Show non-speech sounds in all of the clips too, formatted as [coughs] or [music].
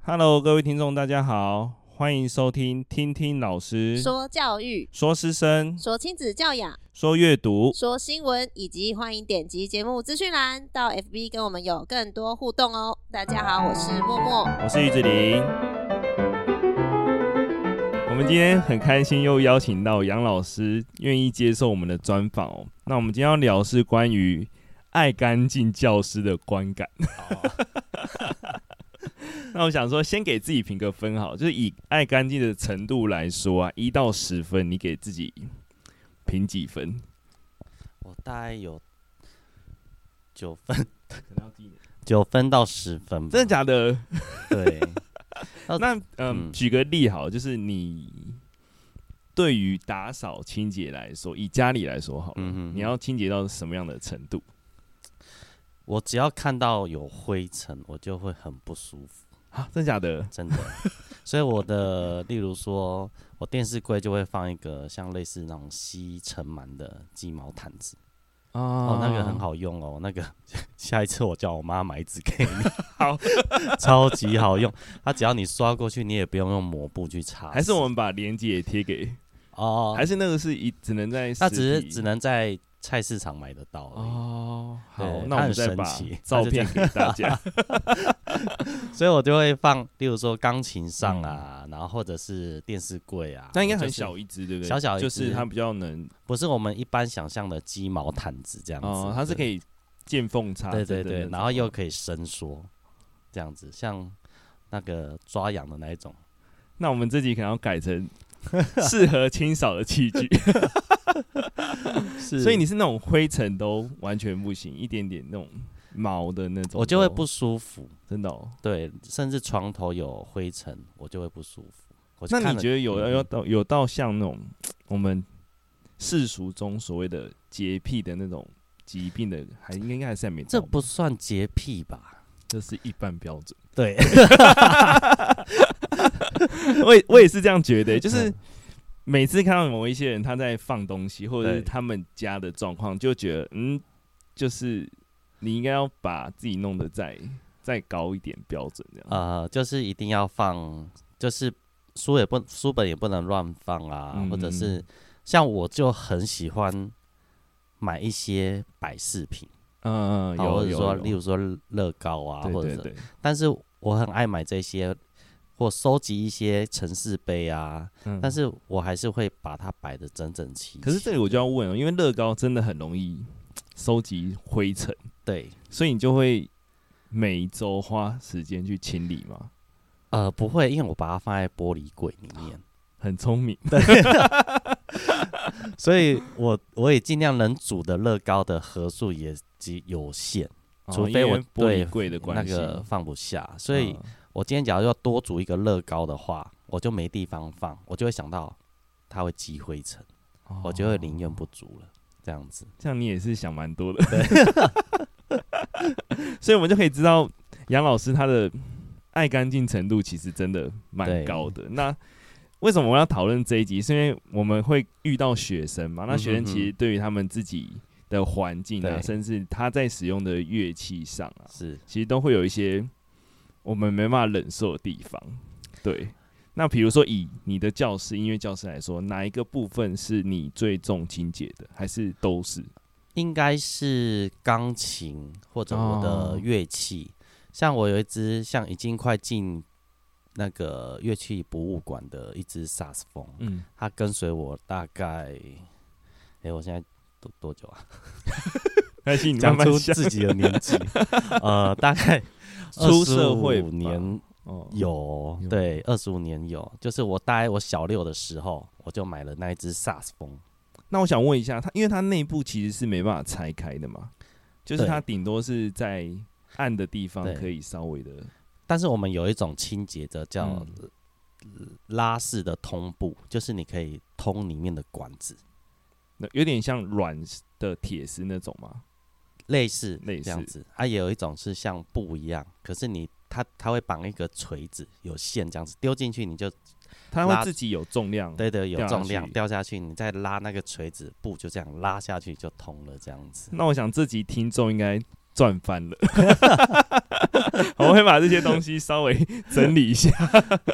Hello，各位听众，大家好，欢迎收听听听老师说教育、说师生、说亲子教养、说阅读。说新闻，以及欢迎点击节目资讯栏到 FB 跟我们有更多互动哦。大家好，我是默默。我是玉子玲。我们今天很开心又邀请到杨老师愿意接受我们的专访哦。那我们今天要聊的是关于爱干净教师的观感。 [laughs] 那我想说，先给自己评个分好，就是以爱干净的程度来说啊，一到十分，你给自己评几分？我大概有九分，九分到十分吧，真的假的？对，哦那嗯，嗯举个例好，就是你对于打扫清洁来说，以家里来说好了，嗯哼你要清洁到什么样的程度？我只要看到有灰尘，我就会很不舒服，啊，真假的？真的。所以我的，例如说，我电视柜就会放一个像类似那种吸尘螨的鸡毛毯子，啊、哦，那个很。好用哦，那个 [laughs] 下一次我叫我妈买一支给你， [laughs] 好，超级好用。它只要你刷过去，你也不用用抹布去擦拭，还是我们把链接也贴给，哦，还是那个是一只能在它实只是体只能在菜市场买得到而已。哦。好，对那我它们很再神把奇照它就这片样给大 [laughs] 家。所以我就会放，例如说钢琴上啊，然后或者是电视柜啊。嗯那应该很就是小一只，对不对？小小一就是只它比较能不是我们一般想象的鸡毛毯子这样子。哦，它是可以。以见缝插对针的对那种。对，然后又可以伸缩，这样子，像那个抓痒的那一种。那我们这集可能要改成 [laughs] 适合清扫的器具。是所以你是那种灰尘都完全不行，一点点那种毛的那种都，哦我就会不舒服，真的、哦。对，甚至床头有灰尘，我就会不舒服。我那你觉得有有要到有到像那种我们世俗中所谓的洁癖的那种疾病的，还应该应该还是还没到这吧不算洁癖吧？这是一般标准。 [laughs] 对，我也我也是这样觉得，就是每次看到某一些人他在放东西，或者是对他们家的状况，就觉得嗯，就是你应该要把自己弄得再再高一点标准这样。呃，就是一定要放，就是书也不书本也不能乱放啊，嗯或者嗯是像我就很喜欢买一些摆饰品，嗯嗯，啊或有者有说有例如说乐高啊，对或对者是，对，但是我很爱买这些。或收集一些城市杯啊，嗯但是我还是会把它摆的整整齐齐。可是这里我就要问了，因为乐高真的很容易收集灰尘，对，所以你就会每一周花时间去清理嘛。呃，不会，因为我把它放在玻璃柜里面， [laughs] 很聪明，所以我我也尽量能煮的乐高的盒数也极有限，除哦非因我为玻璃对柜的关那系，个放不下。所以嗯我今天假如要多煮一个乐高的话，我就没地方放，我就会想到它会积灰尘，哦我就会宁愿不煮了。这样子，这样你也是想蛮多的， [laughs] 所以我们就可以知道杨老师他的爱干净程度其实真的蛮对高的。那为什么我们要讨论这一集？是因为我们会遇到学生嘛？那学生嗯哼哼其实对于他们自己的环境啊，对甚至他在使用的乐器上啊，是其实都会有一些我们没办法忍受的地方。对，那比如说以你的教室音乐教室来说，哪一个部分是你最重清洁的，还是都是？应该是钢琴或者我哦的乐器，像我有一只像已经快进那个乐器博物馆的一只萨克斯风，嗯，它跟随我大概，哎、我现在多多久啊？但是你慢讲慢出想 [laughs] 自己的年纪，呃，大概 [laughs] 出社会吧25年哦，有有，对，二十五年有，就是我大概我小六的时候，我就买了那一只萨斯风，那我想问一下，它因为它内部其实是没办法拆开的嘛，就是对它顶多是在暗的地方对可以稍微的但是我们有一种清洁的叫、嗯呃拉式的通布，就是你可以通里面的管子，那有点像软的铁丝那种嘛。类似类这样似子，啊，也有一种是像布一样，可是你它它会绑一个锤子，有线这样子丢进去，你就它会拉自己有重量，对对，有嗯掉下重量去掉下去，你再拉那个锤子，布就这样拉下去就通了，这样子。 [laughs] 那我想这集听众应该赚翻了。我会把这些东西稍微整理一下。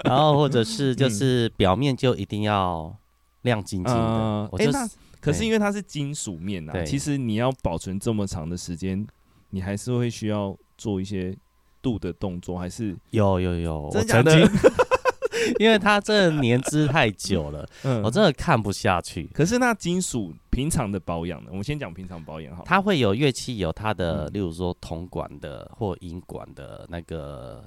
然后或者嗯是就是表面就一定要亮晶晶的嗯，我诶就那是可是因为它是金属面啊，对其实你要保存这么长的时间，你还是会需要做一些镀的动作，还是有有有，我真假曾的经，因为它这年资太久了，嗯 [laughs] 我真的看不下去。可是那金属平常的保养呢？我们先讲平常保养好了。它会有乐器有它的，嗯例如说铜管的或银管的那个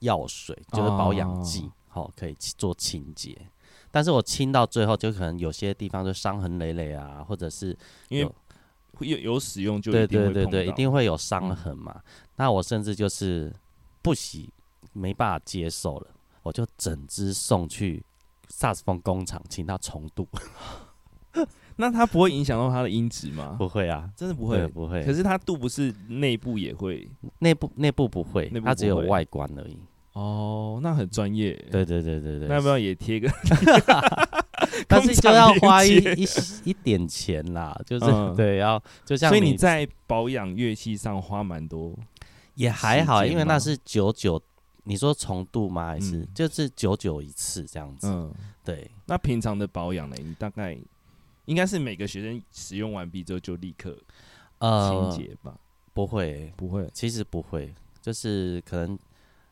药水，就是保养哦剂，好、可以清做清洁。但是我清到最后，就可能有些地方就伤痕累累啊，或者是因为有会有有使用就对一定对会对碰到，嗯对，一定会有伤痕嘛。那我甚至就是不喜，没办法接受了，我就整只送去萨克斯风工厂，请他重 [laughs] 镀。那它不会影响到它的音质吗？不会啊，真的不不会。不会。嗯可是它镀不是内部也会内部内部不会内，部它只不有会外观而已。哦，那很专业。，对对对对对。那要不要也贴个？ [laughs] 但工是就厂要连花一接一一点钱啦，就是、嗯对，要就像所以你在保养乐器上花蛮多。也还好，时间因为那吗是九九，你说重度吗？还是、嗯就是九九一次这样子？ [laughs] 嗯，对，那平常的保养呢？你大概应该是每个学生使用完毕之后就立刻清呃，洁吧？不会，不会，其实不会，就是可能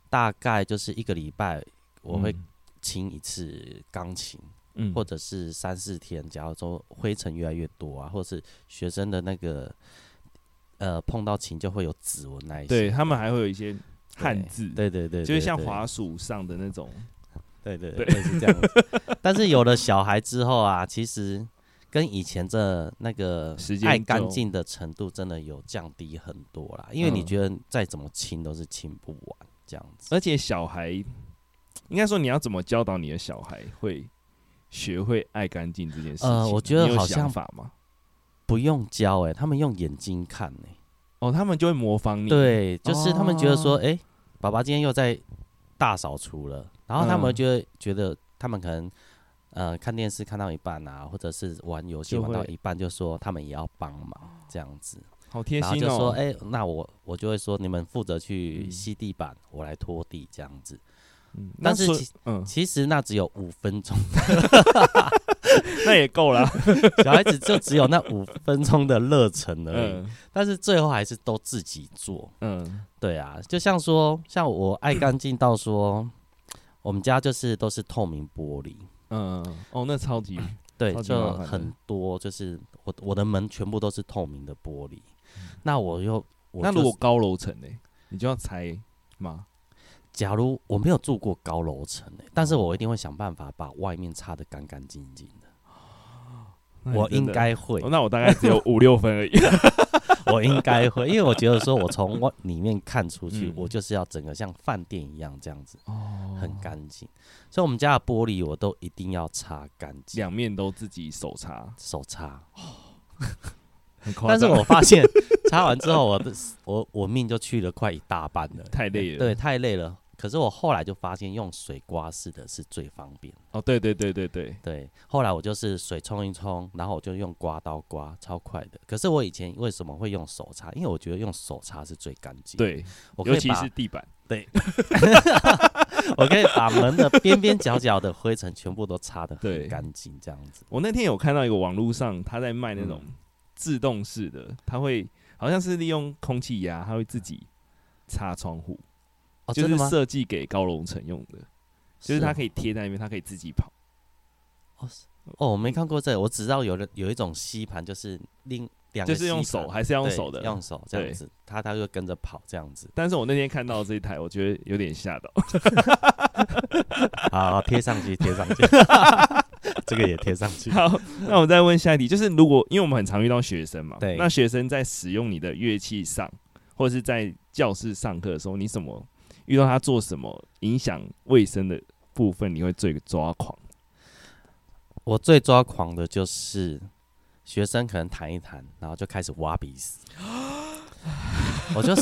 大概就是一个礼拜我会嗯清一次钢琴，嗯或者是三四天，假如说灰尘越来越多啊，或者是学生的那个呃碰到琴就会有指纹那一些，对他们还会有一些汉字，对对对，就是像对滑鼠上的那种，对对对对，类似这 [laughs] 样子。但是有了小孩之后啊，其实跟以前这那个时间爱就干净的程度真的有降低很多啦，因为你嗯觉得再怎么清都是清不完这样子。而且小孩应该说你要怎么教导你的小孩会学会爱干净这件事情？呃我觉得你有好像想法吗？不用教哎、他们用眼睛看哎、哦，他们就会模仿你，，哦对，就是他们觉得说，哎、爸爸今天又在大扫除了，然后他们嗯就会觉得他们可能。呃，看电视看到一半啊，或者是玩游戏就玩到会一半，就说他们也要帮忙这样子。好贴然后心就说，哦。哎、那我我就会说，你们负责去嗯吸地板，我来拖地这样子。嗯那但是所其嗯，其实那只有五分钟，那也够 [laughs] 了。小孩子就只有那五分钟的热忱而已。嗯但是最后还是都自己做。嗯对啊，就像说，像我爱干净到说，我们家就是都是透明玻璃，嗯，哦，那超 [laughs] 级对超，级麻就烦的很多，就是我我的门全部都是透明的玻璃。那我又，我嗯那就如果是高楼层呢？你就要拆吗？假如我没有住过高楼层、欸，但嗯是我一定会想办法把外面擦得干干净净的。那你我真应的该会 [laughs] 哦，那我大概只有五六分而已。我应该会，因为我觉得说我从外里面看出去，嗯我就是要整个像饭店一样这样子，哦很干净。所以我们家的玻璃我都一定要擦干净， [laughs] 两面都自己手擦，手擦。很夸但张是我发现擦完之后，我的我我命就去了快一大半了，太累了对，太累了。可是我后来就发现用水刮拭的是最方便。哦，对对对对对，对，后来我就是水冲一冲，然后我就用刮刀刮，超快的。可是我以前为什么会用手擦？因为我觉得用手擦是最干净。，对，我可尤以其把是 [laughs] 地板， [laughs] 我可以把门的边边角角的灰尘全部都擦得对很干净，这样子。我那天有看到一个网络上他在卖那种嗯自动式的，他会好像是利用空气压，他会自己擦窗户，哦，就真是的吗？设计给高楼层用的，就是它可以贴在那边，它可以自己跑。哦，我没看过这个，我只知道有的有一种吸盘，就是另两个就是用吸盘手还是要用对手的用手这对。样子，它它就跟着跑这样子 [laughs] 但是我那天看到这一台，我觉得有点吓到。好，贴上去，[laughs] 贴上去，这个也贴上去。好，那我再问下一题，就是如果因为我们很常遇到学生嘛，对那学生在使用你的乐器上，或是在教室上课的时候，你什么遇到他做什么影响卫生的部分，你会最抓狂？我最抓狂的就是学生可能弹一弹，然后就开始挖鼻屎，我就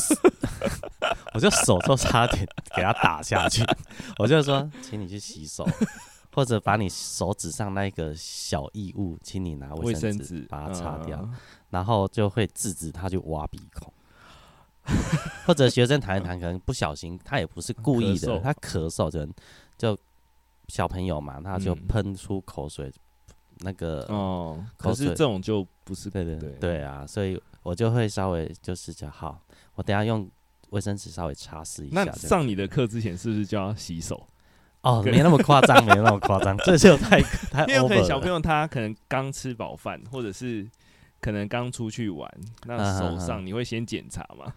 [laughs] 我就手就差点给他打下去，我就说，请你去洗手，或者把你手指上那个小异物，请你拿卫卫生生纸纸把它擦掉，嗯然后就会制止他去挖鼻孔。或者学生弹一弹，可能不小心，他也不是故意咳的，嗽他咳嗽，可能就小朋友嘛，他就嗯喷出口水，那个，哦，可呃口是水这种就不是对对对对啊，所以我就会稍微就是讲好，我等一下用卫生纸稍微擦拭一那下这样。上你的课之前是不是就要洗手？哦，没那么夸张，没那么夸 [laughs] 张，这就太太因为可 over 能了。小朋友他可能刚吃饱饭，或者是可能刚出去玩，那啊手啊啊上你会先检查吗？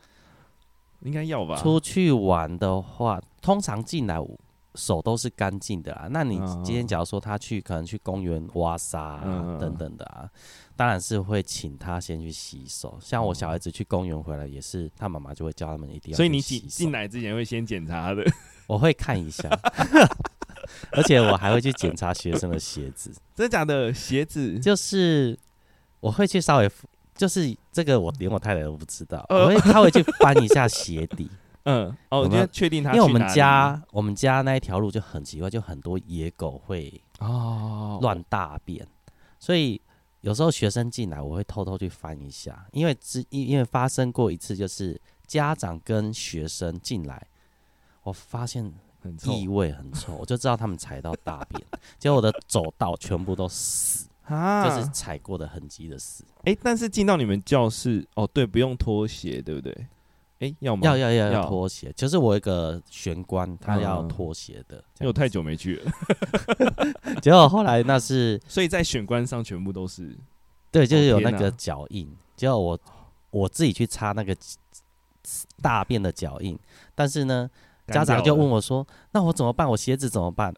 应该要吧。出去玩的话，通常进来手都是干净的啊。那你嗯今天假如说他去可能去公园挖沙、啊嗯嗯嗯等等的啊，当然是会请他先去洗手。像我小孩子去公园回来也是，他妈妈就会叫他们一定要。所以你进进来，来之前会先检查 [laughs] 的。我会看 [laughs] 一下，而且我还会去检查学生的鞋子，真的假的？鞋 [laughs] 子就是我会去稍微。就是这个，我连我太太都不知道，呃我会他会去翻一下鞋底，嗯，哦，我你们要确定他因去为我们哪里家我们家那一条路就很奇怪，就很多野狗会哦乱大便，所以有时候学生进来，我会偷偷去翻一下，因为之因因为发生过一次，就是家长跟学生进来，我发现很臭异味很臭，我就知道他们踩到大便，结果我的走道全部都屎，啊，就是踩过的痕迹的屎。哎、但是进到你们教室，哦，对，不用脱鞋，对不对？哎、要吗？要要要要要脱鞋，就是我有一个玄关，他要嗯脱鞋的，因为我太久没去了， [laughs] 这样结果后来那是。所以在选官上全部都是对，就是有哦天那哪个脚印，结果我我自己去擦那个大便的脚印，但是呢，家长就问我，我说：“那我怎么办？我鞋子怎么办？”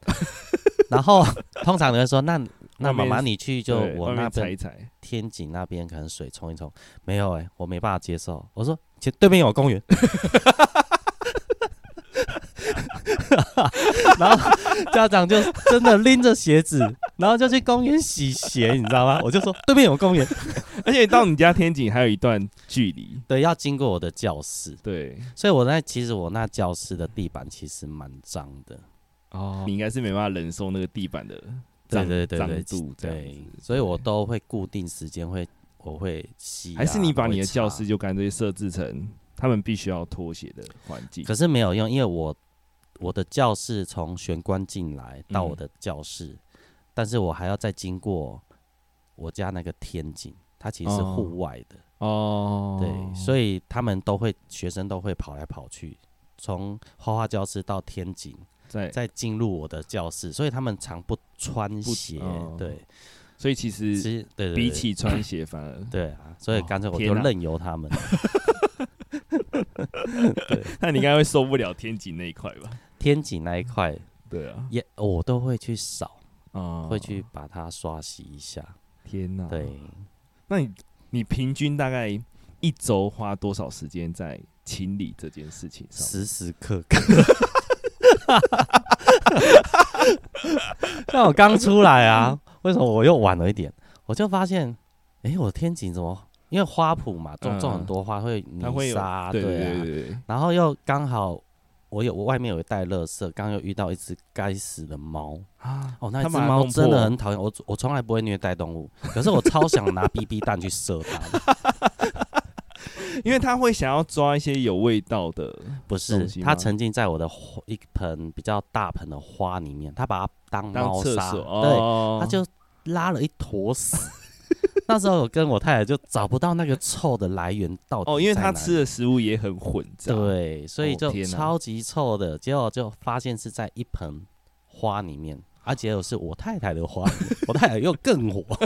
[laughs] 然后通常你会说：“ [laughs] 那那外妈面妈你去就对我外那面踩一边踩，天井那边可能水冲一冲，没有哎、我没办法接受。”我说：“其对面有公园。” [laughs] 然后家长就真的拎着鞋子，然后就去公园洗鞋，你知道吗？我就说对面有公园，而且到你家天井还有一段距离，对，要经过我的教室，对，所以我那其实我那教室的地板其实蛮脏的，哦，你应该是没办法忍受那个地板的对脏对对脏对度这样对子，，所以我都会固定时间会我会吸、还是你把你的教室我会就干脆设置成他们必须要脱鞋的环境擦，可是没有用，因为我我的教室从玄关进来到嗯我的教室，但是我还要再经过我家那个天井，它其实是哦户外的，哦，对，所以他们都会学生都会跑来跑去，从画画教室到天井。在再进入我的教室，所以他们常不穿鞋。哦对，所以其其实实对对对比起穿鞋反而 [laughs] 对啊，所以干脆我天就哪任由他们。 [laughs] 那你应该会受不了天井那一块吧？天井那一块对啊，也哦我都会去扫，啊会去把它刷洗一下。天哪！，对，那你你平均大概一周花多少时间在清理这件事情上？时时刻刻。 [laughs] 那我刚出来啊，为什么我又晚了一点？我就发现，诶，我天井怎么？因为花圃嘛，种种嗯很多花会泥它会有沙啊，对啊对对对，然后又刚好我有我外面有一袋垃圾，刚刚又遇到一只该死的猫啊，哦，那一它只把它猫弄真破的很讨厌我，我从来不会虐待动物，可是我超想拿 BB 弹去射它的，因为他会想要抓一些有味道的不东是西，吗它沉浸在我的花一盆比较大盆的花里面，它把它当当猫厕砂，所对，哦，它就拉了一坨屎。 [laughs] 那时候我跟我太太就找不到那个臭的来源到底哦，因为在他哪吃的食物也很混杂，对，所以哦就天哪超级臭的，结果就发现是在一盆花里面，而且又是我太太的花， [laughs] 我太太又更火， [laughs]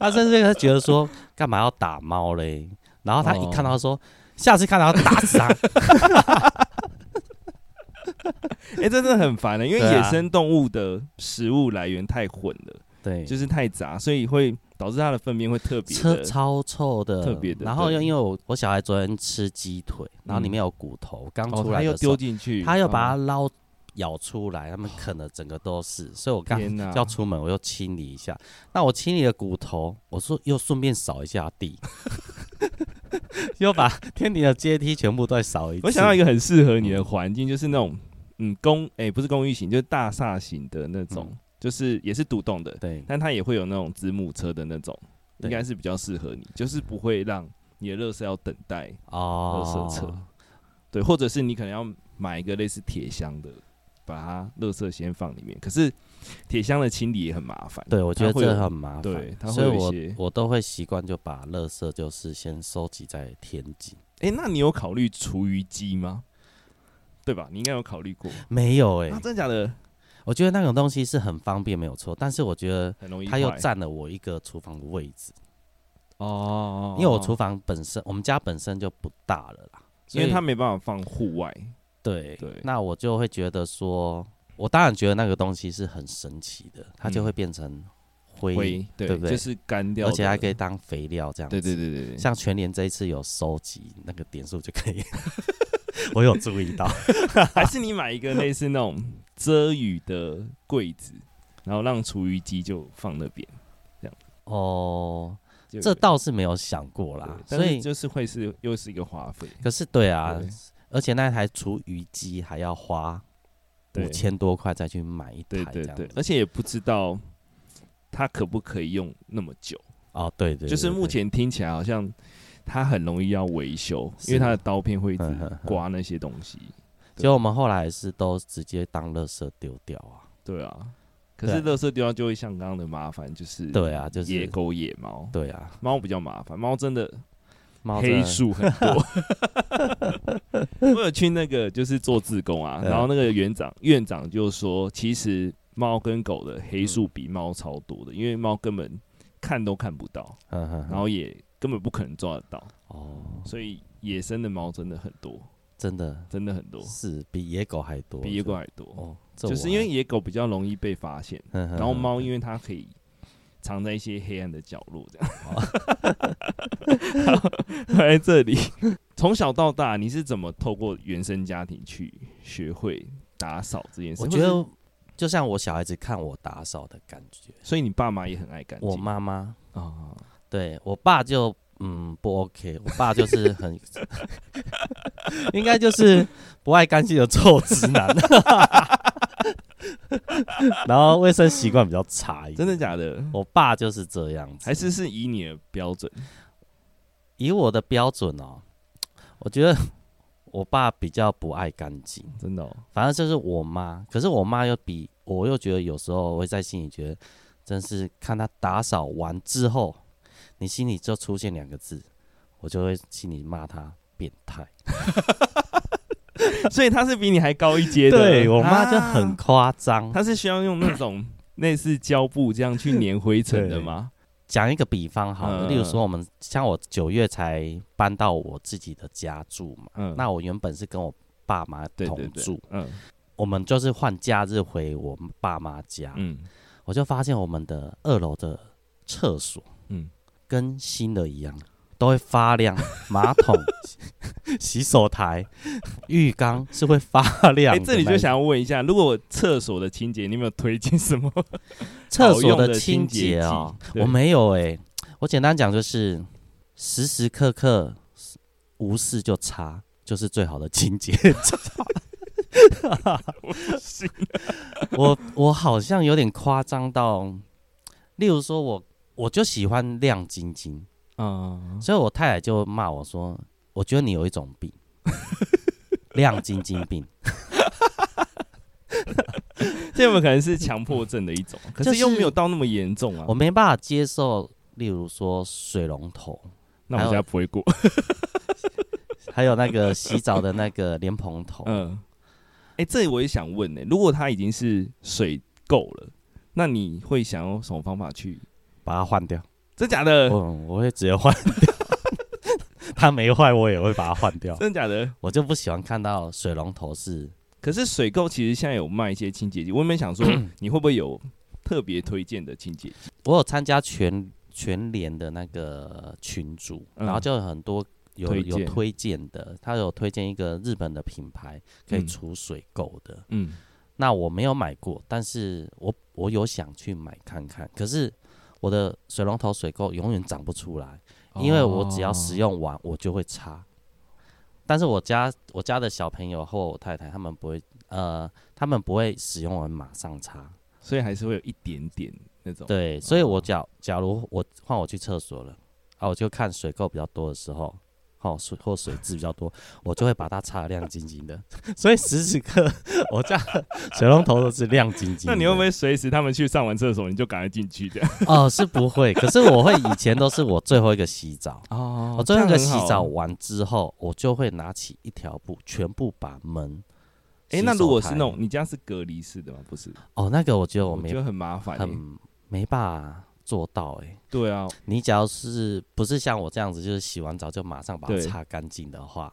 她甚至她觉得说干嘛要打猫嘞？然后她一看到说，下次看到要打死她，哦 [laughs] 哎、这真的很烦的、因为对啊野生动物的食物来源太混了， [laughs] 对，就是太杂，所以会导致它的粪便会特别车的超臭的，特别的然后对又因为我我小孩昨天吃鸡腿，然后里嗯面有骨头，刚哦，出它来又的时丢候，进去，他又把它哦捞咬出来，他们啃的整个都是，所以我刚天哪要出门，我又清理一下。那我清理了骨头，我说又顺便扫一下地， [laughs] 又把天顶的阶梯全部再扫一次。我想到一个很适合你的环境，就是那种嗯公哎、不是公寓型，就是大厦型的那种，嗯就是也是独栋的，对但它也会有那种子母车的那种，应对该是比较适合你，就是不会让你的垃圾要等待哦，垃圾车对，或者是你可能要买一个类似铁箱的，把它垃圾先放里面。可是铁箱的清理也很麻烦，对，我觉得它会有这很麻对它烦，会所以有一我些我都会习惯就把垃圾就是先收集在天井。诶，那你有考虑厨余机吗？对吧？你应该有考虑过。没有哎、啊，真的假的？我觉得那种东西是很方便，没有错。但是我觉得很容易坏。它又占了我一个厨房的位置，哦，因为我厨，房本身我们家本身就不大了啦，因为所以它没办法放户外。对对那我就会觉得说，我当然觉得那个东西是很神奇的，它就嗯会变成灰，灰对对不对就是干掉而的，且还可以当肥料这样对子。对对对对，像全联这一次有收集那个点数就可以，我有注 [laughs] 意到。 [laughs] 还是你买一个类似那种遮雨的柜子，然后让厨余机就放那边，哦，就这倒是没有想过啦对，但所是以就是会是又是一个花费，可是对啊对，而且那台除余机还要花对五千多块再去买一对台这对样对子，。而且也不知道它可不可以用那么久，哦，对对，对就是目，对前听起来好像它很容易要维修，是因为它的刀片会一直嗯嗯嗯刮那些东西，结果我们后来是都直接当垃圾丢掉啊。对啊。可是垃圾丢掉就会像刚刚的麻烦，就是对啊，就是野狗野猫，对啊，猫比较麻烦，猫真的猫真黑的数很 [laughs] 多。 [laughs] 我有去那个就是做志工啊，嗯然后那个园长院长就说，其实猫跟狗的黑数比猫超多的，因为猫根本看都看不到，嗯哼哼然后也根本不可能抓得到，哦，所以野生的猫真的很多，真的真的很多，是比野狗还多，比野狗我觉还得多。哦，这就是我因为还，野狗比较容易被发现，嗯哼然后哼猫因为它可以藏在一些黑暗的角落，这样。哦 [laughs] 然后来这里，从小到大，你是怎么透过原生家庭去学会打扫这件事？我觉或得就像我小孩子看我打扫的感觉，是，所以你爸妈也很爱干净。我妈哦妈啊，对我爸就嗯不 OK，我爸就是很， [laughs] 应该就是不爱干净的臭直男， [laughs] 然后卫生习惯比较差一点。真的，假的？我爸就是这样子。还是是以你的标准？以我的标准哦，我觉得我爸比较不爱干净，真的、 [laughs] 哦，反正就是我妈。可是我妈又比我又觉得有时候我会在心里觉得，真是看她打扫完之后，你心里就出现两个字，我就会心里骂她变态。所以他是比你还高一阶的。对我妈就很啊夸张。她是需要用那种类似胶布这样去粘灰尘的吗？讲一个比方好了，嗯例如说我们像我九月才搬到我自己的家住嘛，嗯，那我原本是跟我爸妈对同对住，对，嗯我们就是换假日回我爸妈家，嗯，我就发现我们的二楼的厕所，嗯嗯，跟新的一样，都会发亮，马 [laughs] 桶、洗手台、浴缸是会发亮哎、的那一种。这里就想要问一下，如果厕所的清洁，你有没有推荐什么？ [laughs] 厕好所用的清清洁洁哦，剂对我没有哎、我简单讲就是时时刻刻无事就擦，就是最好的清洁剂。我我好像有点夸张到，例如说我我就喜欢亮晶晶，啊，所以我太太就骂我说：“我觉得你有一种病，亮晶晶病。 [laughs] 这有没有可能是强迫症的一 [laughs] 种？可就是是又没有到那么严重啊。我没办法接受，例如说水龙头，那我们家不会过。还有那个洗澡的那个莲蓬头。 [laughs] 嗯，哎、这我也想问呢、如果它已经是水够了，那你会想用什么方法去？把它换掉。真假的？ [laughs] 嗯，我会直接换掉。 [laughs] 它没坏，我也会把它换掉。真假的？ [laughs] 我就不喜欢看到水龙头是可是水垢其实现在有卖一些清洁剂，我有没有想 [clears throat] 说你会不会有特别推荐的清洁剂？我有参加全全联的那个群组，嗯然后就有很多有推有荐推荐的，他有推荐一个日本的品牌可以嗯除水垢的。嗯，那我没有买过，但是我我有想去买看看，可是我的水龙头水垢永远长不出来，因为我只要使用，用完我就会擦。但是我家我家的小朋友和我太太他们不会，呃，他们不会使用完马上擦。所以还是会有一点点那种。哦对，所以我假假如我换我去厕所了，啊，我就看水垢比较多的时候，哦，水或水渍比较多，我就会把它擦得亮晶晶的， [laughs] 所以时时刻我家的水龙头都是亮晶晶的。那你会不会随时他们去上完厕所，你就赶快进去这样？哦，是不会，可是我会以前都是我最后一个洗澡，哦我最后一个洗澡啊完之后，我就会拿起一条布，全部把门。哎、洗那如手果是台那种你家是隔离式的吗？不是，哦，那个我觉得我我没觉得很麻烦、欸。很没办法做到哎、对 [laughs] 啊，你只要是不是像我这样子，就是洗完澡就马上把它对。擦干净的话，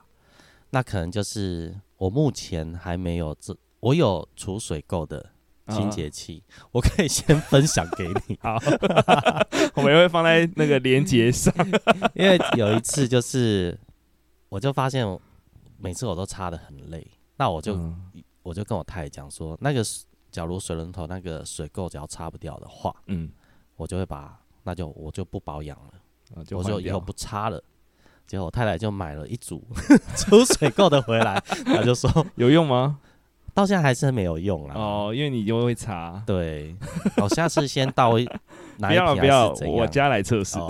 那可能就是我目前还没有这，我有储水垢的清洁器，我可以先分享给你 [laughs] 好，我们也会放在那个连接 [laughs] 上。因为有一次就是，我就发现每次我都擦的很累，那我就、嗯我就跟我太太讲说，那个水假如水龙头那个水垢只要擦不掉的话，嗯，我就会把那就我就不保养了。啊就我换说以掉后不擦了。结果我太太就买了一组 [laughs] 储水垢的回来，她就说有用吗？到现在还是没有用啊。哦，因为你就会查。对，我下次先倒一拿 [laughs] 不一要了，瓶不要还了是，怎我样？家来测试。哦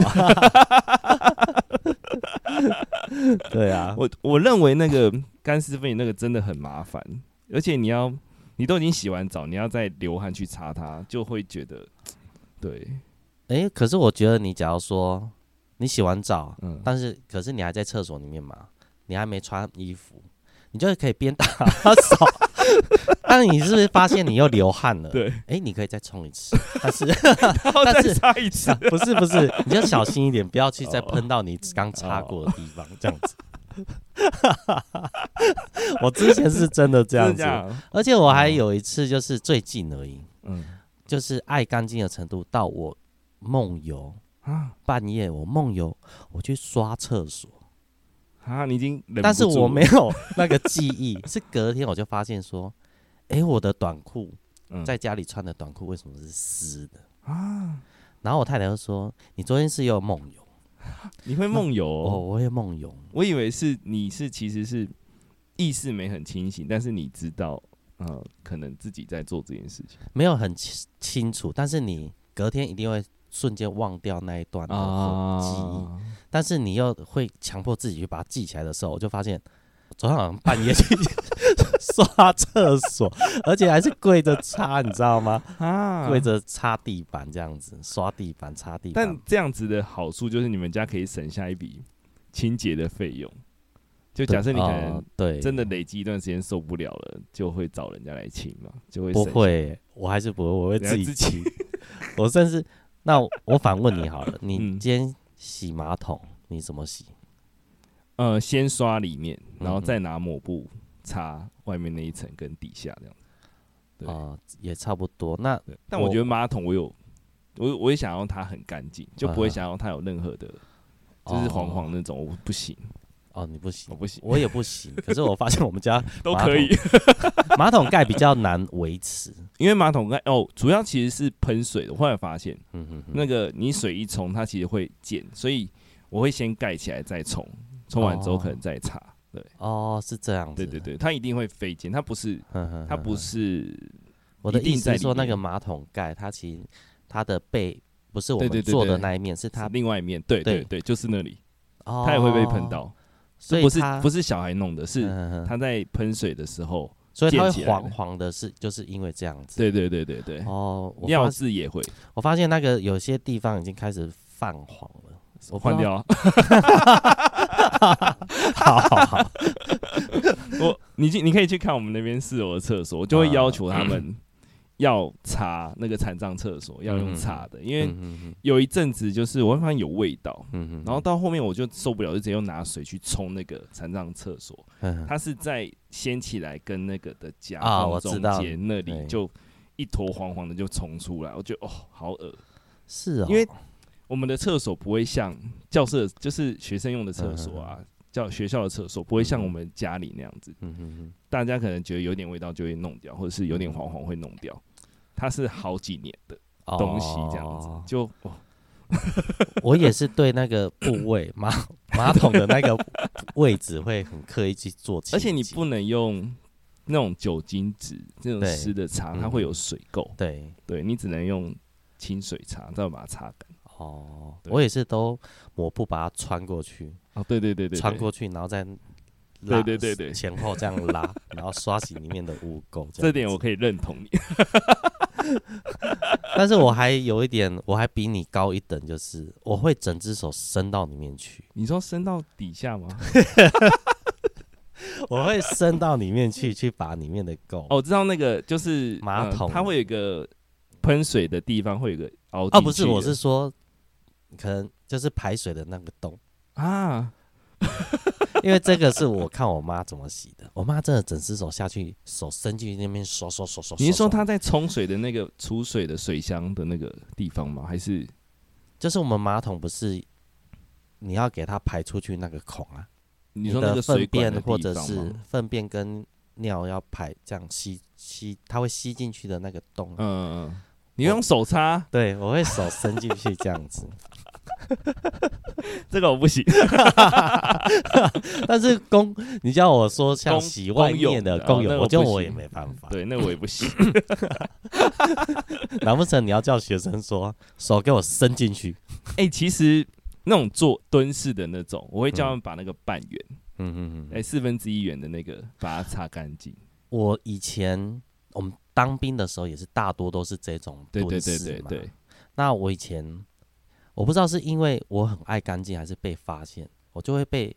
[laughs] 对啊， [laughs] 我我认为那个干湿分离那个真的很麻烦，而且你要你都已经洗完澡，你要再流汗去擦它，就会觉得对，哎、可是我觉得你假如说你洗完澡，嗯，但是可是你还在厕所里面嘛，你还没穿衣服，你就可以边打扫。 [laughs] 但你是不是发现你又流汗了？对，哎、你可以再冲一次，但是 [laughs] [laughs] 然后但再是擦一次啊。不是不是，你就小心一点，不要去再喷到你刚擦过的地方，这样子。 [laughs] 我之前是真的这样真的子这，样，而且我还有一次就是最近而已，嗯就是爱干净的程度到我梦游，啊半夜我梦游，我去刷厕所，啊，你已经忍但不是住我了没有那个记忆，是隔天我就发现说，诶，我的短裤嗯在家里穿的短裤为什么是湿的？啊，然后我太太就说，你昨天是有梦游，你会梦游哦，哦？我也梦游。我以为是你是其实是意识没很清醒，但是你知道，呃，可能自己在做这件事情没有很清清楚，但是你隔天一定会瞬间忘掉那一段的记忆，啊。但是你又会强迫自己去把它记起来的时候，我就发现昨天好像半夜去 [laughs] 刷厕所，而且还是跪着擦，你知道吗？啊跪着擦地板这样子，刷地板、擦地板但。这样子的好处就是你们家可以省下一笔清洁的费用。就假设你可哦能对真的累积一段时间受不了了，就会找人家来清嘛，就会不省会，我还是不会，我会人家自己自清。 [laughs] 我甚至那我我反问你 [laughs] 好了，你嗯今天洗马桶你怎么洗？呃先刷里面，然后嗯嗯再拿抹布擦外面那一层跟底下这样子。对啊、也差不多。那对，但我我觉得马桶我有，我我也想要它很干净，就嗯不会想要它有任何的，就是黄哦黄那种，我不行，哦，你不行我，不行，我也不行。 [laughs] 可是我发现我们家 [laughs] 都可以，马桶盖比较难维持。因为马桶盖哦，主要其实是喷水的，我后来发现。嗯哼哼，那个你水一冲，它其实会溅，所以我会先盖起来再冲，冲完之后哦可能再擦。对哦，是这样子。对对对，它一定会飞溅，它不是哼，哼它不。哼哼是我的一定意思在是说，里那面个马桶盖，它其实它的背不是我对们对对坐对的那一面，是它它另外一面，对对对对，就是那里，哦，它也会被喷，到。所以不是它不是小孩弄的，是嗯哼哼它在喷水的时候。所以它溅起会来黄的黄的，是就是因为这样子。对对对对对，哦，我钥发匙也会我发现那个有些地方已经开始泛黄了。我不知换道掉啊。 [laughs] 好好好，哦 [laughs] 我你去你可以去看我们那边四楼的厕所，我就会要求他们要擦那个残障厕所要用嗯嗯擦的，因为嗯嗯嗯有一阵子就是我会发现有味道，嗯嗯，然后到后面我就受不了，就直接用拿水去冲那个残障厕所。嗯它是在掀起来跟那个的夹啊缝我中知道间那里对就一坨黄黄的就冲出来，我觉得哦好恶。是哦，因为我们的厕所不会像教室，就是学生用的厕所啊，叫学校的厕所不会像我们家里那样子，嗯嗯嗯。大家可能觉得有点味道就会弄掉，或者是有点黄黄会弄掉。它是好几年的东西，这样子、哦就哦我也是对那个部位马 [laughs] 马桶的那个位置会很刻意去做清洁，而且你不能用那种酒精纸这种对湿的擦，它嗯会有水垢。对对你只能用清水擦，再把它擦干。哦，对我也是都抹布把它穿过去，啊，对对对对，穿对过去，然后再拉，对对对前后这样拉， [laughs] 然后刷洗里面的污垢。这样点我子，可以认同你。 [laughs] 但是我还有一点，我还比你高一等，就是我会整只手伸到里面 [laughs] 去，你说伸到底下吗？我会伸到里面去去把里面的垢。哦，我知道那个就是马桶呃它会有一个喷水的地方，会有一个凹进去的。哦，不是，我是说，可能就是排水的那个洞，啊，哦因为这个是我看我妈怎么洗的。我妈真的整只手下去，手伸进去那边刷刷刷刷。你是说刷它在冲水的那个储水的水箱的那个地方吗？还是就是我们马桶不是你要给它排出去那个孔啊？你说那的个粪水管便的或地者方是吗？粪便跟尿要排这样吸吸，它会吸进去的那个洞啊嗯。嗯，嗯你用手擦对，我会手伸进去这样子，这个我不行，但是公，你叫我说像公洗外公用面的的公哦那有，我我不觉得我也行没 [laughs] 办法。对，那我也不 [laughs] 行。难不成你要叫学生说手给我伸进去？哎、其实那种做蹲式的那种，我会叫他们把那个半圆，嗯嗯哎、四分之一圆的那个，把它擦干净。我以前我们当兵的时候也是大多都是这种对对蹲对式对嘛对，那我以前我不知道是因为我很爱干净，还是被发现，我就会被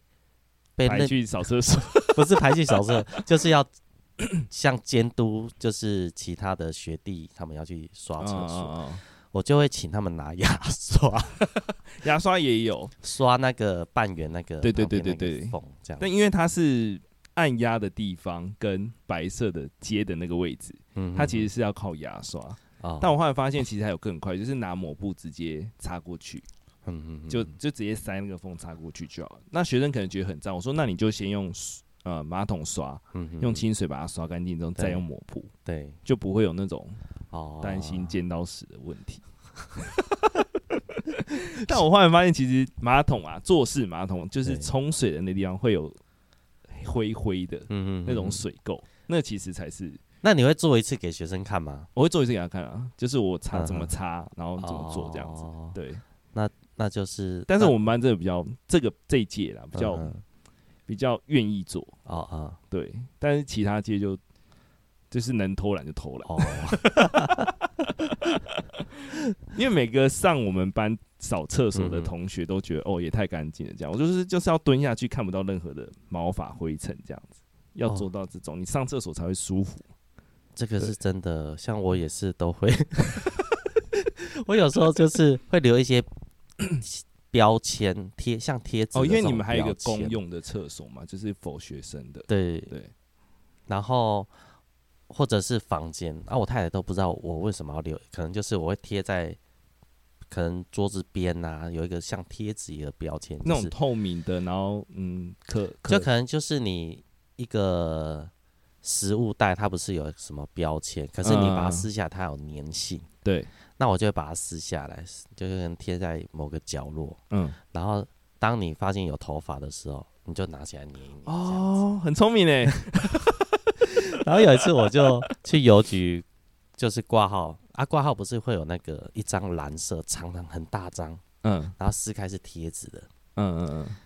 被来认去扫厕 [laughs] 所。不是排气小车， [laughs] 就是要 [clears throat] 像监督，就是其他的学弟他们要去刷厕所，嗯嗯嗯我就会请他们拿牙刷 [laughs] 牙刷也有，刷那个半圆那个对对旁边对那个对对缝这样。但因为它是按压的地方跟白色的接的那个位置，嗯它其实是要靠牙刷。哦但我后来发现，其实还有更快，就是拿抹布直接擦过去，嗯嗯嗯就嗯就直接塞那个缝擦过去就好了。那学生可能觉得很脏，我说那你就先用水呃马桶刷，嗯嗯用嗯清水把它刷干净之后，对再用抹布，对就不会有那种哦担心见到屎的问题。 [laughs] 但我后来发现，其实马桶啊，坐式马桶就是对冲水的那地方会有灰灰的嗯嗯那种嗯水垢，那其实才是那你会做一次给学生看吗？我会做一次给他看啊，就是我擦怎么嗯哼擦，然后怎么做这样子。哦对，那就是，但是那我们班真的比较这个这一届啦，比较、嗯嗯比较愿意做，哦哦对，但是其他届就就是能偷懒就偷懒，哦，因为每个上我们班扫厕所的嗯嗯同学都觉得、哦也太干净了，这样我就是就是要蹲下去看不到任何的毛发灰尘这样子，要哦做到这种、你上厕所才会舒服。这个对是真的，像我也是都会， [laughs] 我有时候就是会留一些标签贴，像贴纸哦，因为的这你种们还有一个标签公，用的厕所嘛，就是否学生的，对，对，然后或者是房间啊，我太太都不知道我为什么要留，可能就是我会贴在。可能桌子边呐、有一个像贴纸一样的标签，那就是种透明的，然后嗯，可就可能就是你一个食物袋，它不是有什么标签，可是你把它嗯撕下来，它有粘性。对，那我就会把它撕下来，就是可能贴在某个角落。嗯，然后当你发现有头发的时候，你就拿起来捏一捏。哦。哦，很聪明嘞，然后有一次我就去邮局，就是挂号啊，挂号不是会有那个一张蓝色长长很大张， [laughs] 嗯然后撕开是贴纸的。嗯嗯嗯，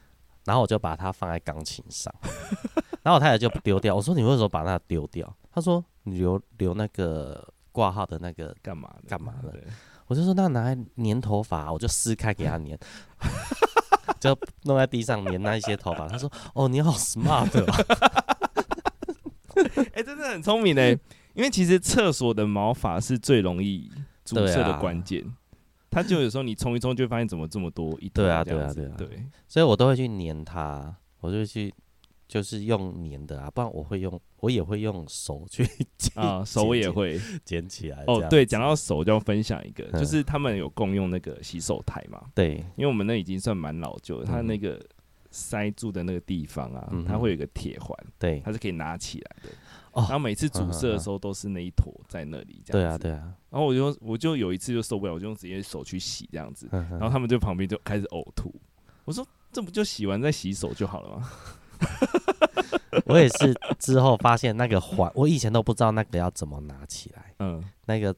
然后我就把它放在钢琴上， [laughs] 然后我太太就丢掉。我说你为什么把它丢掉？她说你留留那个挂号的那个，干嘛的干嘛的对我就说那拿来粘头发，我就撕开给她粘， [laughs] 就弄在地上粘那一些头发。她说哦你好 smart 哦、 [laughs] 哎、真的很聪明嘞，因为其实厕所的毛发是最容易阻塞对的啊关键。它就有时候你冲一冲，就会发现怎么这么多一坨对啊这样子对啊对啊对，所以我都会去粘它，我就去就是用粘的啊，不然我会用我也会用手去 [laughs] 捡啊，手也会捡起来。这哦。样对，子讲到手就要分享一个，嗯就是他们有共用那个洗手台嘛，对，因为我们那已经算蛮老旧了，它嗯那个塞住的那个地方啊，嗯哼它会有一个铁环，对它是可以拿起来的。哦嗯然后每次阻塞的时候都是那一坨在那里，这对样啊子。对啊，然后我就我就有一次就受不了，我就用直接手去洗这样子，嗯然后他们就旁边就开始呕吐。我说这不就洗完再洗手就好了吗？ [laughs] 我也是之后发现那个环，我以前都不知道那个要怎么拿起来。嗯，那个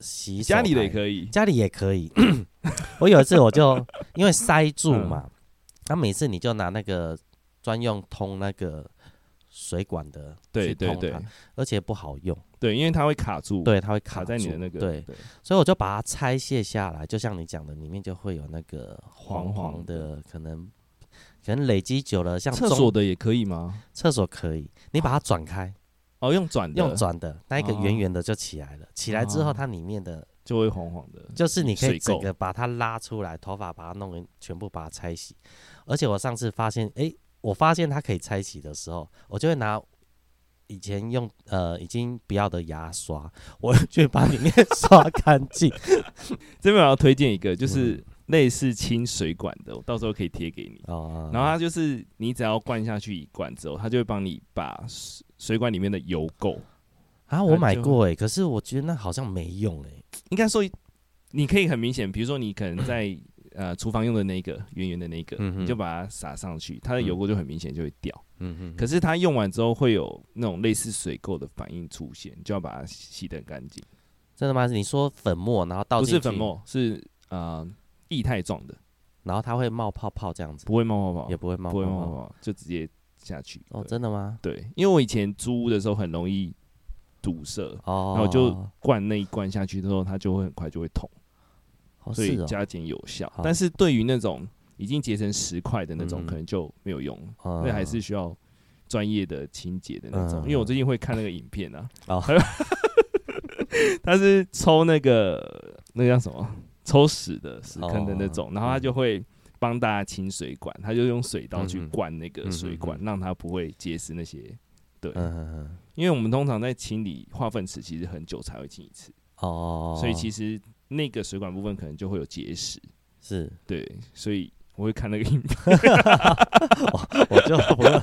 洗手家里的也以，可以，家里也可以。 [clears throat] 我有一次我就 [laughs] 因为塞住嘛，嗯他、每次你就拿那个专用通那个水管的对去对通对它，而且不好用，对，因为它会卡住，，对，它会卡住在你的那个，对，所以我就把它拆卸下来，就像你讲的，里面就会有那个黄黄黄黄的，可能可能累积久了，像厕中所的也可以吗？厕所可以，你把它转开，哦，用转的，用转的那一个哦圆圆的就起来了，起来之后哦它里面的就会黄黄的，就是你可水以垢整个把它拉出来，头发把它弄一全部把它拆洗。而且我上次发现，诶，我发现它可以拆洗的时候，我就会拿以前用呃已经不要的牙刷，我去把里面刷干 [laughs] 净。这边我要推荐一个，嗯就是类似清水管的，我到时候可以贴给你。哦，然后它就是你只要灌下去一罐之后，它就会帮你把水水管里面的油垢，啊，我它买就过诶，可是我觉得那好像没用诶。应该说你可以很明显，比如说你可能在呃厨房用的那个圆圆的那个，嗯哼你就把它撒上去，它的油垢就很明显就会掉。嗯哼，可是它用完之后会有那种类似水垢的反应出现，就要把它洗得很干净。真的吗？你说粉末，然后倒不进去，是粉，末，是呃液态状的，然后它会冒泡泡这样子，不会冒泡泡也，不会冒哦不泡会泡冒。泡泡，就直接下去。哦，对真的吗？对，因为我以前租屋的时候很容易堵塞，哦，然后就灌那一灌下去之后，它就会很快就会痛，哦所是以哦加减有效。好但是对于那种已经节成十块的那种，嗯可能就没有用，嗯那还是需要专业的清洁的那种。嗯因为我最近会看那个影片啊， [laughs] 哦它是抽那个那个叫什么抽屎的屎坑的那种，然后它哦嗯就会。帮大家清水管，他就用水刀去嗯哼灌那个水管，嗯让它不会结石那些。对，嗯嗯嗯。因为我们通常在清理化粪池，其实很久才会清一次，哦，所以其实实那个水管部分可能就会有结石。是对，所以我会看那个影 [laughs] 片。我就不用，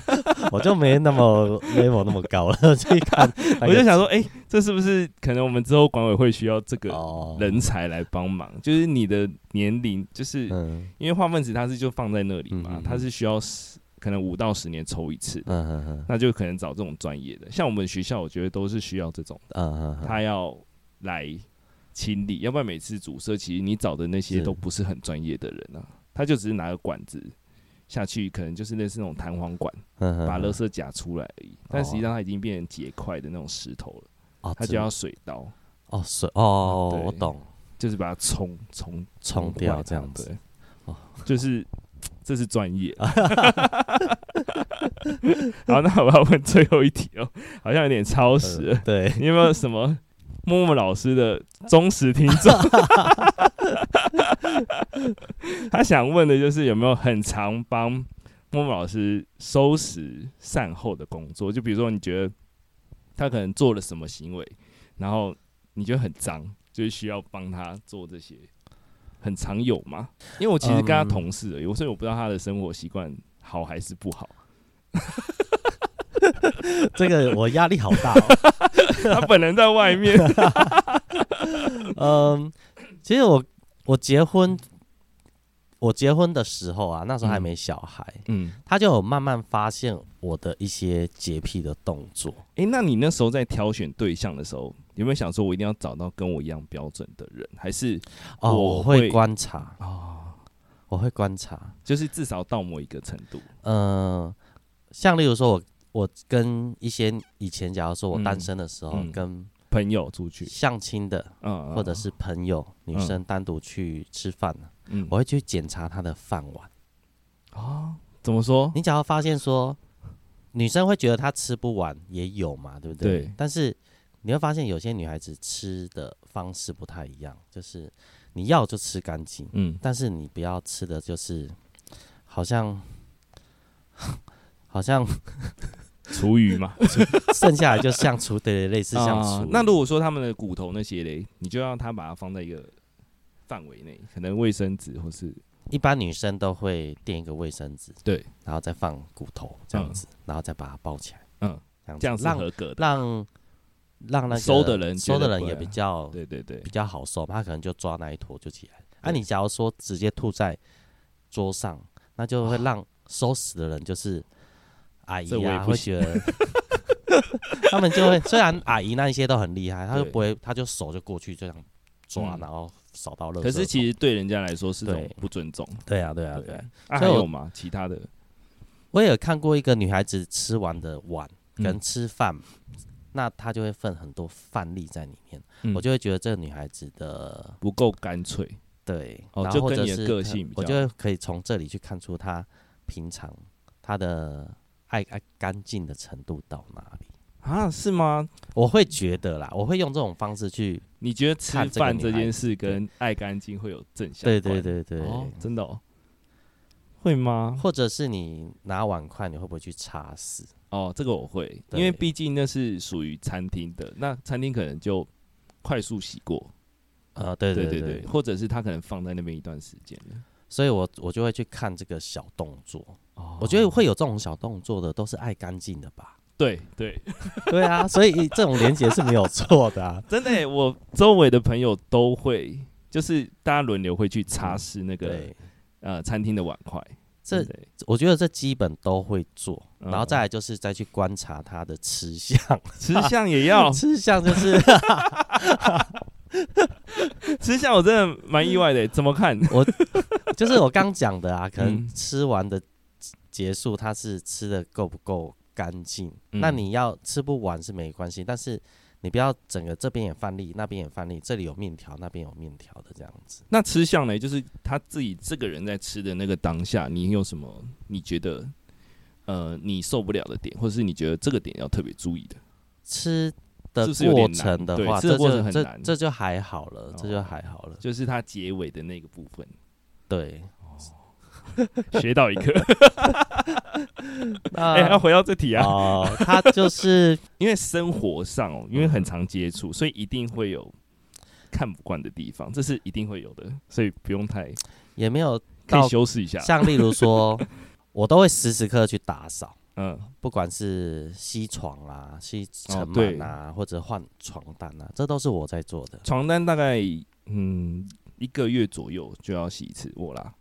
我就没那么 level 那么高了，去看那个，我就想说，哎、这是不是可能我们之后管委会需要这个哦，人才来帮忙？就是你的年龄，就是嗯因为化粪池它是就放在那里嘛，嗯嗯嗯它是需要十可能五到十年抽一次嗯，嗯嗯那就可能找这种专业的。像我们学校，我觉得都是需要这种，嗯嗯，他要来清理，要不然每次阻塞，其实你找的那些是都不是很专业的人啊，他就只是拿个管子下去，可能就是类似那种弹簧管，嗯把垃乐圾夹出来而已。但实际上它已经变成结块的那种石头了，哦，它就真要水刀，哦水哦，对我懂，就是把它冲冲冲坏掉它这样子，对哦就是。这是专 [laughs] 业。好，那我要问最后一题哦，好像有点超不时了。对，你有没有什么默默老师的忠实听众？ [laughs] 他想问的就是有没有很常帮默默老师收拾善后的工作？就比如说，你觉得他可能做了什么行为，然后你觉得很脏，就是需要帮他做这些，很常有吗？因为我其实跟他嗯同事而已，所以我不知道他的生活习惯好还是不好。这个我压力好大哦，他本人在外面，嗯，其实我我结婚。我结婚的时候啊，那时候还没小孩，嗯，他就有慢慢发现我的一些洁癖的动作。诶，那你那时候在挑选对象的时候，有没有想说我一定要找到跟我一样标准的人，还是哦，我我会会观察，哦，我会观察。就是至少到某一个程度？嗯，像例如说我，我跟一些以前，假如说我单身的时候，嗯嗯跟朋友出去，相亲的嗯，或者是朋友、女嗯生单独去吃饭，嗯，我会去检查她的饭碗。哦，怎么说？你假如发现说，女生会觉得她吃不完，也有嘛，对不对？对但是你会发现，有些女孩子吃的方式不太一样，就是你要就吃干净，嗯，但是你不要吃的就是好像 [laughs] 好像厨余嘛，剩下来就像厨， [laughs] 对对，类似像啊厨。那如果说他们的骨头那些嘞，你就让他把它放在一个范围内，可能卫生纸或是一般女生都会垫一个卫生纸，对，然后再放骨头这样子，然后再把它包起来，嗯，这样这样是让合格的。让让那个收的人觉收得的人不会也啊比较对对对比，较好收嘛，他可能就抓那一坨就起来。啊，对你假如说直接吐在桌上，那就会让收拾的人就是阿这我姨也啊，不会觉得 [laughs] 他们就会虽然阿姨那一些都很厉害，他就对不会，他就手就过去就想抓，嗯然后扫到垃圾桶。可是其实对人家来说是种对不尊重，对啊，对啊，对对啊。啊，还所以我有吗？其他的我也有看过一个女孩子吃完的碗嗯跟吃饭，那她就会分很多饭粒在里面，嗯我就会觉得这个女孩子的不够干脆，对，哦然就后或跟者你的是个她性比我较就会可以从这里去看出她平常她的爱爱干净的程度到哪里。啊？是吗？我会觉得啦，我会用这种方式去，你觉得吃看这个饭女这孩件子事跟爱干净会有正向？对对，对对，哦，真的哦，会吗？或者是你拿碗筷，你会不会去擦拭？哦，这个我会，因对为毕竟那是属于餐厅的，那餐厅可能就快速洗过，呃，对啊对对对，或者是他可能放在那边一段时间了。所以我我就会去看这个小动作，哦我觉得会有这种小动作的，都是爱干净的吧？ [laughs] 对对，对啊，所以这种连接是没有错 [laughs] 的、啊。 [laughs] 真的耶，我周围的朋友都会，就是大家轮流会去擦拭那个嗯对，呃餐厅的碗筷。这对 [laughs] 我觉得这基本都会做，嗯然后再来就是再去观察他的吃相，吃相也 [laughs] 要吃相就是吃相，我真的蛮意外的耶，怎么看？就是我刚讲的啊，可能嗯吃完的结束，他是吃的够不够干净？嗯那你要吃不完是没关系，但是你不要整个这边也饭粒，那边也饭粒，这里有面条，那边有面条的这样子。那吃相呢？就是他自己这个人在吃的那个当下，你有什么你觉得呃你受不了的点，或者是你觉得这个点要特别注意的？吃的是不是有点过程的难话，对吃的这过程就很这难哦这就还好了，这就还好了。就是他结尾的那个部分，对，学到一课。[laughs] 那、哎、要回到这题啊，哦，他就是因为生活上哦，因为很常接触，所以一定会有看不惯的地方，这是一定会有的，所以不用太也没有可到以修饰一下。像例 [laughs] 如说，我都会时时刻刻去打扫，嗯，不管是吸床啊、吸尘哦对螨啊，或者换床单啊，这都是我在做的。床单大概嗯一个月左右就要洗一次，我啦，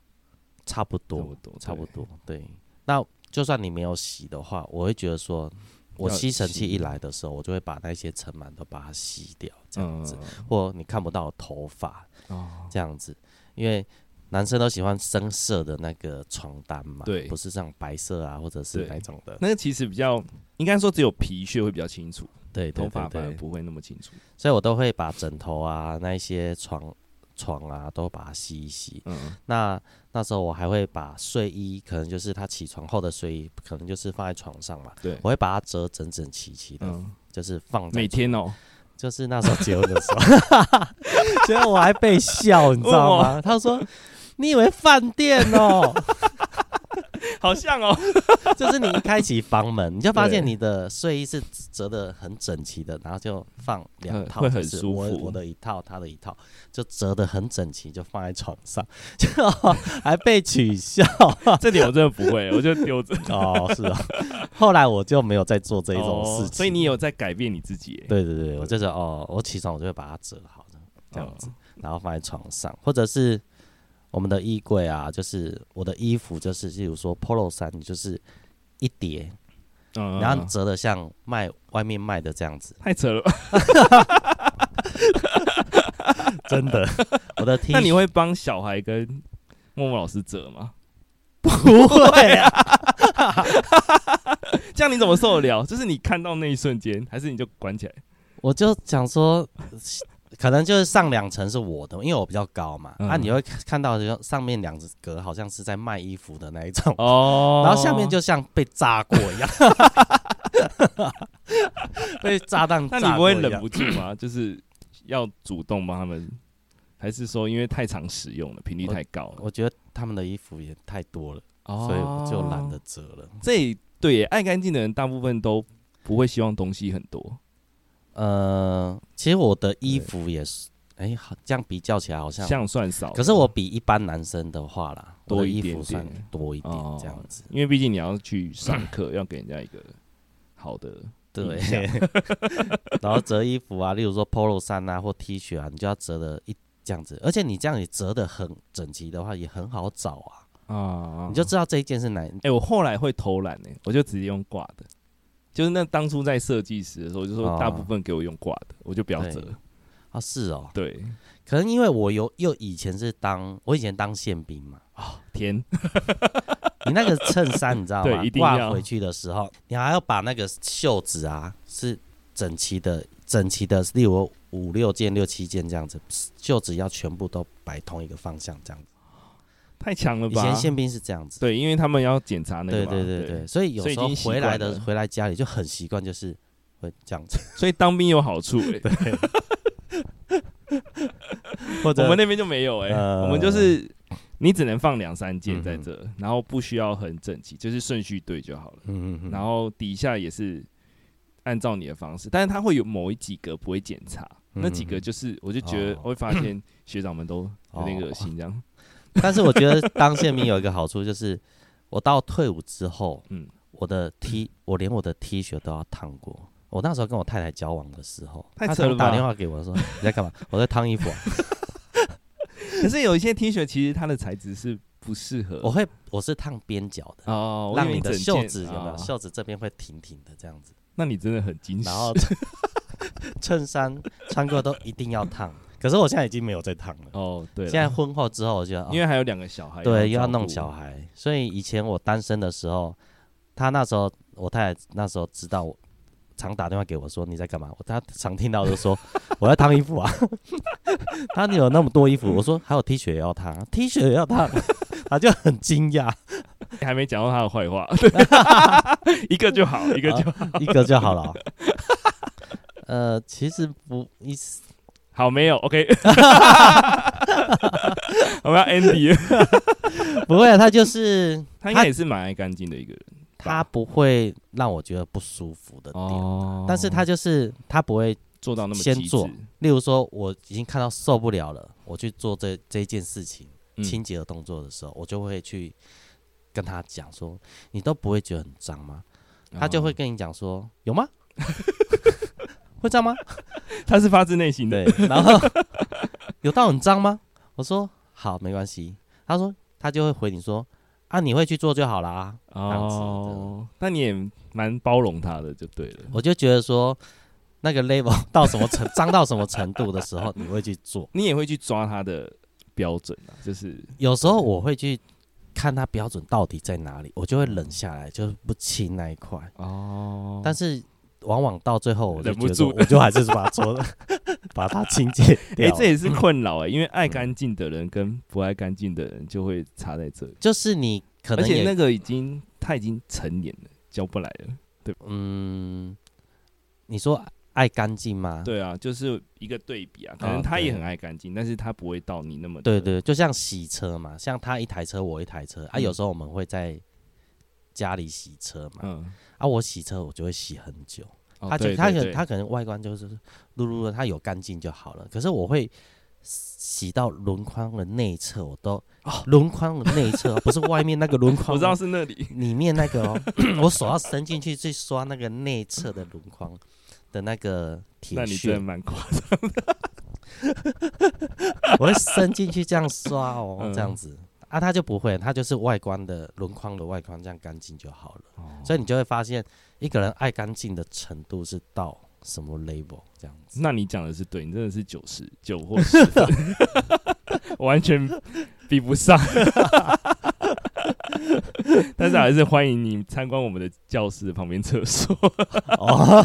差差不不多，多，差不对。多。对，那就算你没有洗的话，我会觉得说，我要吸尘器洗一来的时候，我就会把那些尘螨都把它吸掉，这样子，嗯或你看不到的头发哦，这样子，因为。男生都喜欢深色的那个床单嘛，对不是像白色啊，或者是对那种的，那个其实比较，应该说只有皮屑会比较清楚，对，对头发对反而对不会那么清楚。所以我都会把枕头啊、那一些床床啊都把它洗一洗。嗯，那那时候我还会把睡衣，可能就是他起床后的睡衣，可能就是放在床上嘛，对，我会把它折整整齐齐的，嗯，就是放在每天哦， [laughs] 就是那时候结婚的时候， [laughs] 结果我还被笑，你知道 [laughs] 吗？他说。你以为饭店哦？好像哦， [laughs] 就是你一开启房门，你就发现对你的睡衣是折得很整齐的，然后就放两嗯套，会就很是舒我服我的一套，他的一套，就折得很整齐，就放在床上， [laughs] 就还被 [laughs] 取笑这点我真的不会，我就丢 [laughs] 着哦，是啊。后来我就没有再做这一种哦事情，所以你有在改变你自己耶，对对对，我就说哦，我起床我就会把它折好的，这样子嗯，然后放在床上，或者是我们的衣柜啊，就是我的衣服，就是例如说 polo 衫，你就是一叠，嗯，然后嗯折的像卖外面卖的这样子，太扯了吧。真的， [laughs] 我 [laughs] 的 T 那你恤会帮小孩跟默默老师折吗？不会啊？这样你怎么受得了？就是你看到那一瞬间，还是你就关起来？我就想说，可能就是上两层是我的，因为我比较高嘛，嗯啊，你会看到就上面两格好像是在卖衣服的那一种，哦然后下面就像被炸过 [laughs] 一样，被炸弹那炸你不过会一样。忍不住吗？就是要主动帮他们，还是说因为太常使用了，频率太高了，我觉得他们的衣服也太多了，哦所以我就懒得折了。这也对耶爱干净的人，大部分都不会希望东西很多。呃，其实我的衣服也是，哎，好，这样比较起来好像，像算少的，可是我比一般男生的话啦，多我的一衣点服算点多一点哦这样子。因为毕竟你要去上课，要给人家一个好的对印象， [laughs] 然后折衣服啊，例如说 polo 衫啊或 T 恤啊，你就要折的一这样子，而且你这样也折的很整齐的话，也很好找啊，啊，你就知道这一件是哪一哎、我后来会偷懒呢、我就直接用挂的。就是那当初在设计时的时候，我就说哦大部分给我用挂的，我就不要折对。对啊，是哦，对，可能因为我有又以前是当我以前当宪兵嘛，天， [laughs] [laughs] 你那个衬衫你知道吗对一？定要挂回去的时候，你还要把那个袖子啊是整齐的、整齐的，例如五六件、六七件这样子，袖子要全部都摆同一个方向这样子。太强了以吧？前宪兵是这样子，对，因为他们要检查那个对嘛，对对对对，所以有所以已时候经习回来惯的了回来家里就很习惯，就是会这样子，所以当兵有好处、欸，或 [laughs] [laughs] 我者们那边就没有哎、呃我们就是你只能放两三件在这，然后不需要很整齐，就是顺序对就好了。嗯嗯嗯，然后底下也是按照你的方式，但是他会有某一几个不会检查，嗯那几个就是我就觉得哦我会发 [coughs] 现学长们都有点恶心这样。 [laughs] 但是我觉得当宪兵有一个好处，就是我到退伍之后，嗯嗯，我的 T，我连我的 T 恤都要烫过。我那时候跟我太太交往的时候，太她扯常了吧打电话给我说你在干嘛？ [laughs] 我在烫 [laughs] 衣服啊、可是有一些 T 恤其实它的材质是不适合我会，我是烫边角的，哦，我以哦让为你的整袖件子有没有？哦袖子这边会挺挺的这样 [laughs] 子，那你真的很惊喜然。后 [laughs] 衬衫穿过都一定要烫。可是我现在已经没有在烫了。哦，对了，现在婚后之后，我觉得、哦因为还有两个小孩，对，又要要照弄顾小孩，所以以前我单身的时候，他那时候我太太那时候知道我，常打电话给我说你在干嘛，我他常听到就说我在烫衣服啊， [laughs] 他你有那么多衣服，我说还有 T 恤也要烫，T 啊恤也要烫， [laughs] 他就很惊讶，还没讲到他的坏 [laughs] 话， [laughs] 一个就好，一个就好一个就好了。 [laughs] 呃，其实不一好，没有 [laughs] OK，我们要 Andy，了不会啊，[laughs] 他就是他应该也是蛮爱干净的一个人他不会让我觉得不舒服的点，哦但是他就是他不会做到那么先极致做例如说，我已经看到受不了了，我去做这这一件事情嗯清洁的动作的时候，我就会去跟他讲说：“你都不会觉得很脏吗？”他就会哦跟你讲说：“有吗？ [laughs] 会脏吗他是发自内？”心的对，然后 [laughs] 有到很脏吗？我说：“好，没关系。”他说：“他就会回你说：‘啊，你会去做就好啦、样子哦，那你也蛮包容他的就对了。我就觉得说，那个 level 到什么程脏到什么程度的时候，你会去做。你也会去抓他的标准啊，就是有时候我会去看他标准到底在哪里，我就会冷下来，就是不亲那一块。哦但是往往到最后，我就忍不觉得住我就还是把它做，把它清洁 [laughs] 哎、掉。这也是困扰哎、因为爱干净的人跟不爱干净的人就会差在这里，就是你可而能且也那个已经他已经成年了，教不来了。嗯，你说爱干净吗？对啊，就是一个对比啊，可啊能他也对很爱干净，但是他不会到你那么的对对，就像洗车嘛，像他一台车，我一台车啊。嗯有时候我们会在家里洗车嘛，嗯，啊，我洗车我就会洗很久。哦他就对他对可对他可能外观就是噜噜的，他有干净就好了。可是我会洗到轮框的内侧，我都 [laughs] 轮框的内侧哦，不是外面那个轮哦框，哦我知道是那里，里面那个哦， [clears throat] 我手要伸进去去刷那个内侧的轮框的那个那铁你真的屑，蛮夸张，我会伸进去这样刷哦嗯，这样子。啊，他就不会，他就是外观的轮框的外观这样干净就好了，哦哦所以你就会发现一个人爱干净的程度是到什么 level 这样子。那你讲的是对，你真的是九十九或十分， [laughs] 完全比不上。 [laughs] 但是还是欢迎你参观我们的教室旁边厕所。哦，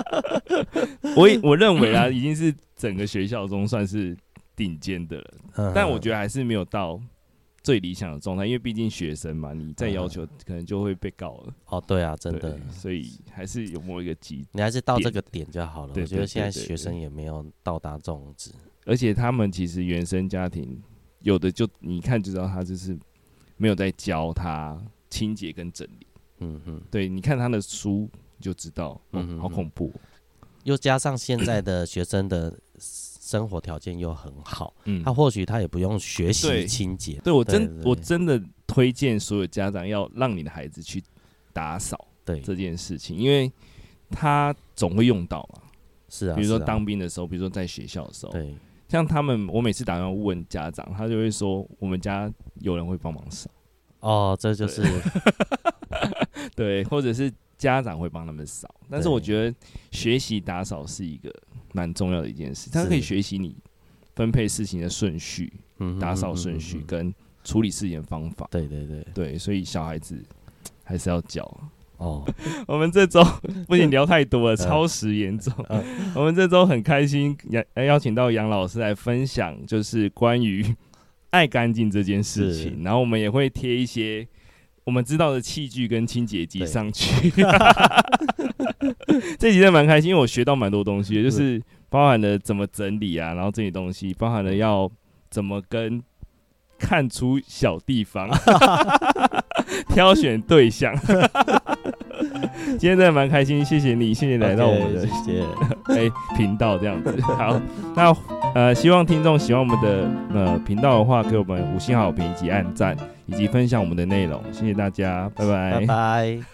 [laughs] 我也我认为啊，已经是整个学校中算是顶尖的了，但我觉得得还是没有到最理想的状态，因为毕竟学生嘛，你再要求可能就会被告了。哦，对啊，嗯真的对，，所以还是有某一个极，你还是到这个点就好了。对我觉得现在对对对学生也没有到达这种值，而且他们其实原生家庭有的就你一看就知道他就是没有在教他清洁跟整理。嗯哼，对，你看他的书就知道，哦嗯嗯好恐怖。又加上现在的学生的生活条件又很好，嗯他，或许他也不用学对习清洁，对我真对对我真的推荐所有家长要让你的孩子去打扫对，这件事情，因为他总会用到嘛。是啊，比如说是啊当兵的时候，比如说在学校的时候，对，像他们，我每次打电话问家长，他就会说我们家有人会帮忙扫， [laughs] 哦，这就是对，或者是家长会帮他们扫。但是对我觉得学习打扫是一个蛮重要的一件事，它可以学习你分配事情的顺序、嗯哼打扫顺序，跟处理事情的方法。对对对，对，所以小孩子还是要教。哦，我们这 [laughs] 周不仅聊太多了，超时严重嗯。 [laughs] 我们这周很开心，邀邀请到杨老师来分享，就是关于 [laughs] 爱干净这件事是情。然后我们也会贴一些我们知道的器具跟清洁剂对上去。 [laughs] 这集真的蛮开心，因为我学到蛮多东西的，就是包含了怎么整理啊，然后这些东西包含了要怎么跟看出小地方， [laughs] 挑选对象。 [laughs] 今天真的蛮开心，谢谢你，谢谢你 [laughs] 来到我们的 OK，谢谢。哎频道这样子。好，那呃，希望听众喜欢我们的呃频道的话，给我们五星好评以及按赞，以及分享我们的内容，谢谢大家，拜拜拜。